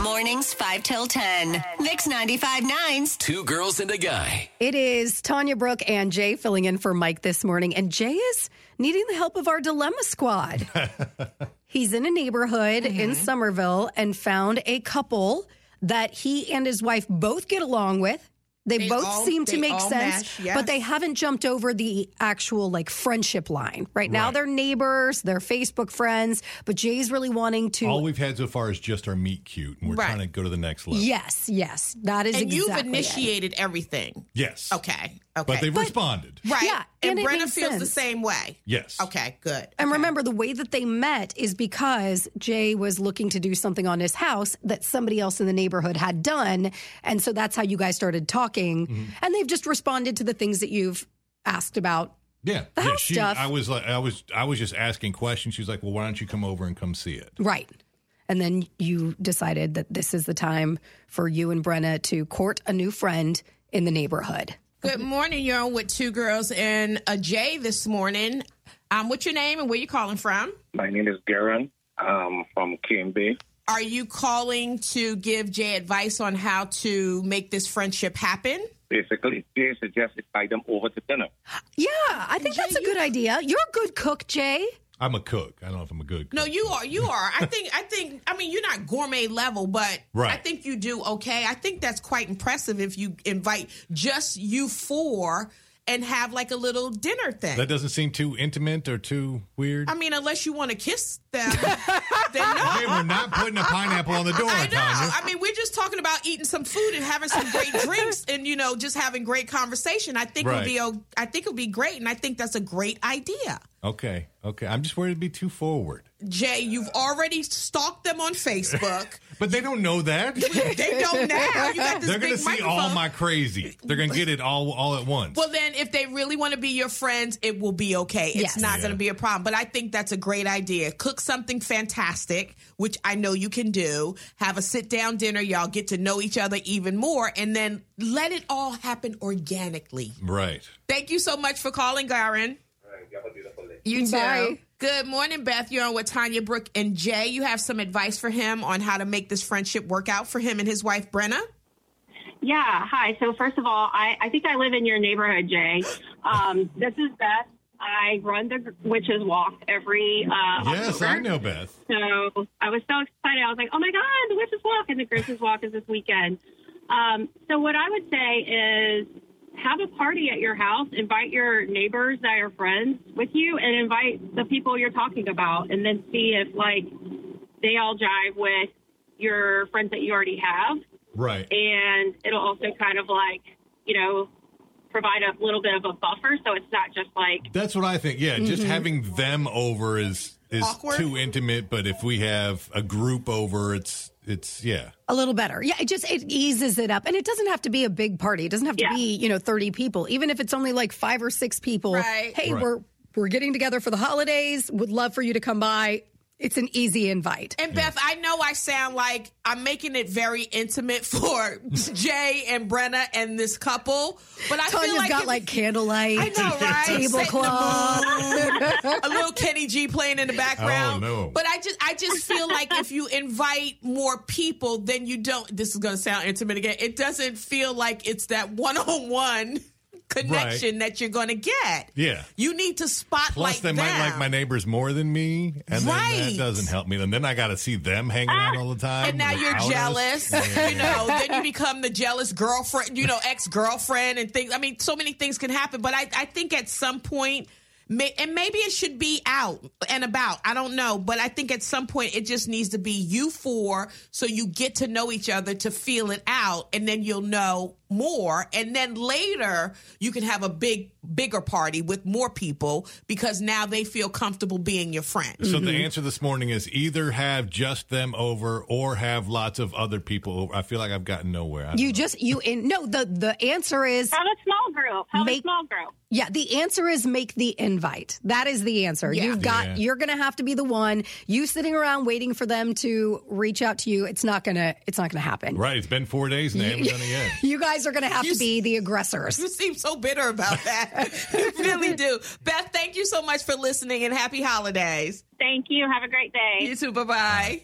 mornings, 5 till 10. Mix 95.9's Two girls and a guy. It is Tanya Brooke and Jay filling in for Mike this morning, and Jay is needing the help of our dilemma squad. He's in a neighborhood in Mm-hmm. Somerville and found a couple that he and his wife both get along with. They, both all- seem to they make all sense, mesh, but they yes. haven't jumped over the actual like friendship line. Right now, they're neighbors, they're Facebook friends, but Jay's really wanting to. All we've had so far is just our meet cute, and we're Right. trying to go to the next level. yes, yes, that is And exactly you've initiated everything. Yes. Okay. Okay. But they've responded. right. Yeah, and And, it Brenda makes feels the sense. same way. Yes. Okay. Good. And remember, the way that they met is because Jay was looking to do something on his house that somebody else in the neighborhood had done. And so that's how you guys started talking. And they've just responded to the things that you've asked about. Yeah. The yeah, house she, stuff. I was like, I was, I was just asking questions. She was like, "Well, why don't you come over and come see it?" Right. And then you decided that this is the time for you and Brenna to court a new friend in the neighborhood. Good morning. You're on with two girls and a Jay this morning. Um, what's your name and where you calling from? My name is Garen. I'm from KMB. Are you calling to give Jay advice on how to make this friendship happen? Basically, they suggested buy them over to dinner. Yeah, I think that's a good idea. You're a good cook, Jay. I'm a cook. I don't know if I'm a good. Cook. No, you are. You are. I think. I think. I mean, you're not gourmet level, but I Right. think you do okay. I think that's quite impressive if you invite just you four and have like a little dinner thing. That doesn't seem too intimate or too weird. I mean, unless you want to kiss them, then no. Hey, we're not putting a pineapple on the door, I know. Tanya. I mean, we're just talking about eating some food and having some great drinks, and you know, just having great conversation. I think Right. it'll be. o- I think it'll be great, and I think that's a great idea. Okay. Okay. I'm just worried it'd be too forward. Jay, you've already stalked them on Facebook. But they don't know that. they don't now. You got this They're big gonna see microphone. all my crazy. They're gonna get it all all at once. Well, then, if they really want to be your friends, it will be okay. It's Yes. not Yeah. going to be a problem. But I think that's a great idea. Cook something fantastic, which I know you can do. Have a sit down dinner. Y'all get to know each other even more, and then let it all happen organically. right. Thank you so much for calling, Garen. You too. Bye. Good morning, Beth. You're on with Tanya Brooke and Jay. You have some advice for him on how to make this friendship work out for him and his wife, Brenna. Yeah. Hi. So first of all, I, I think I live in your neighborhood, Jay. Um, this is Beth. I run the witches walk every. Uh, Yes, October. I know, Beth. So I was so excited. I was like, "Oh my God, the witches walk and the Grinch's walk is this weekend." Um, so what I would say is have a party at your house. Invite your neighbors that are friends with you, and invite the people you're talking about, and then see if like they all jive with your friends that you already have Right. and it'll also kind of like you know provide a little bit of a buffer so it's not just like That's what I think. Yeah, just having them over is is Mm-hmm. Awkward. too intimate. But if we have a group over, it's it's yeah. A little better. Yeah, it just it eases it up. And it doesn't have to be a big party. It doesn't have to Yeah. be, you know, 30 people. Even if it's only like 5 or 6 people. Right. Hey, Right. we're we're getting together for the holidays. Would love for you to come by. It's an easy invite. And Beth, I know I sound like I'm making it very intimate for Jay and Brenna and this couple, but I Tanya's feel like got if- like candlelight. I know, right? Setting the Tablecloth. a little Kenny G playing in the background. Oh, no. But I just I just feel like if you invite more people, then you don't this is gonna sound intimate again. It doesn't feel like it's that one on one connection that you're gonna get. Yeah. You need to spotlight Plus, they might like them. my neighbors more than me, and then Right. Ah, that doesn't help me. And then I got to see them hanging out all the time. and now you're without us. jealous. Yeah. You know, then you become the jealous girlfriend, you know, ex girlfriend, and things. I mean, so many things can happen. But I, I think at some point, may, and maybe it should be out and about. I don't know. But I think at some point, it just needs to be you four so you get to know each other to feel it out, and then you'll know more. And then later, you can have a big, bigger party with more people because now they feel comfortable being your friend. So the answer this morning is either have just them over or have lots of other people over. I feel like I've gotten nowhere. I don't You know. just you in No, the the answer is have a small group have Make- a small group Yeah, the answer is make the invite. That is the answer. Yeah. You've got Yeah. you're going to have to be the one. You sitting around waiting for them to reach out to you. It's not going to it's not going to happen. right. It's been four days and they haven't done it yet. You guys are going to have You to be the aggressors. You seem so bitter about that. you really do. Beth, thank you so much for listening and happy holidays. thank you have a great day You too. Bye-bye.